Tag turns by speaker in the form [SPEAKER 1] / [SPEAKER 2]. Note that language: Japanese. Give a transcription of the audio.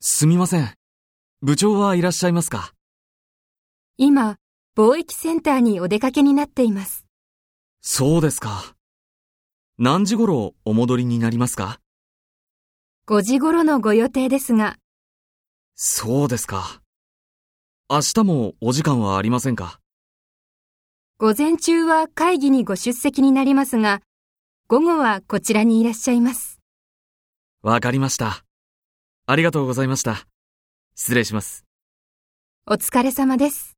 [SPEAKER 1] すみません。部長はいらっしゃいますか
[SPEAKER 2] 今、貿易センターにお出かけになっています。
[SPEAKER 1] そうですか。何時頃お戻りになりますか
[SPEAKER 2] 5時頃のご予定ですが、
[SPEAKER 1] そうですか。明日もお時間はありませんか
[SPEAKER 2] 午前中は会議にご出席になりますが、午後はこちらにいらっしゃいます。
[SPEAKER 1] わかりました。ありがとうございました。失礼します。
[SPEAKER 2] お疲れ様です。